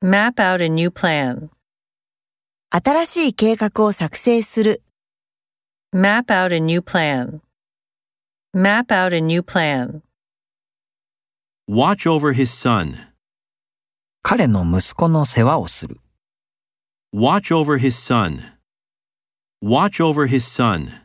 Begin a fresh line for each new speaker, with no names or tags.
Map out a new plan.
新しい計画を作成する。
Map out a new plan. Map out a new plan.
Watch over his son.
彼の息子の世話をする。
Watch over his son. Watch over his son.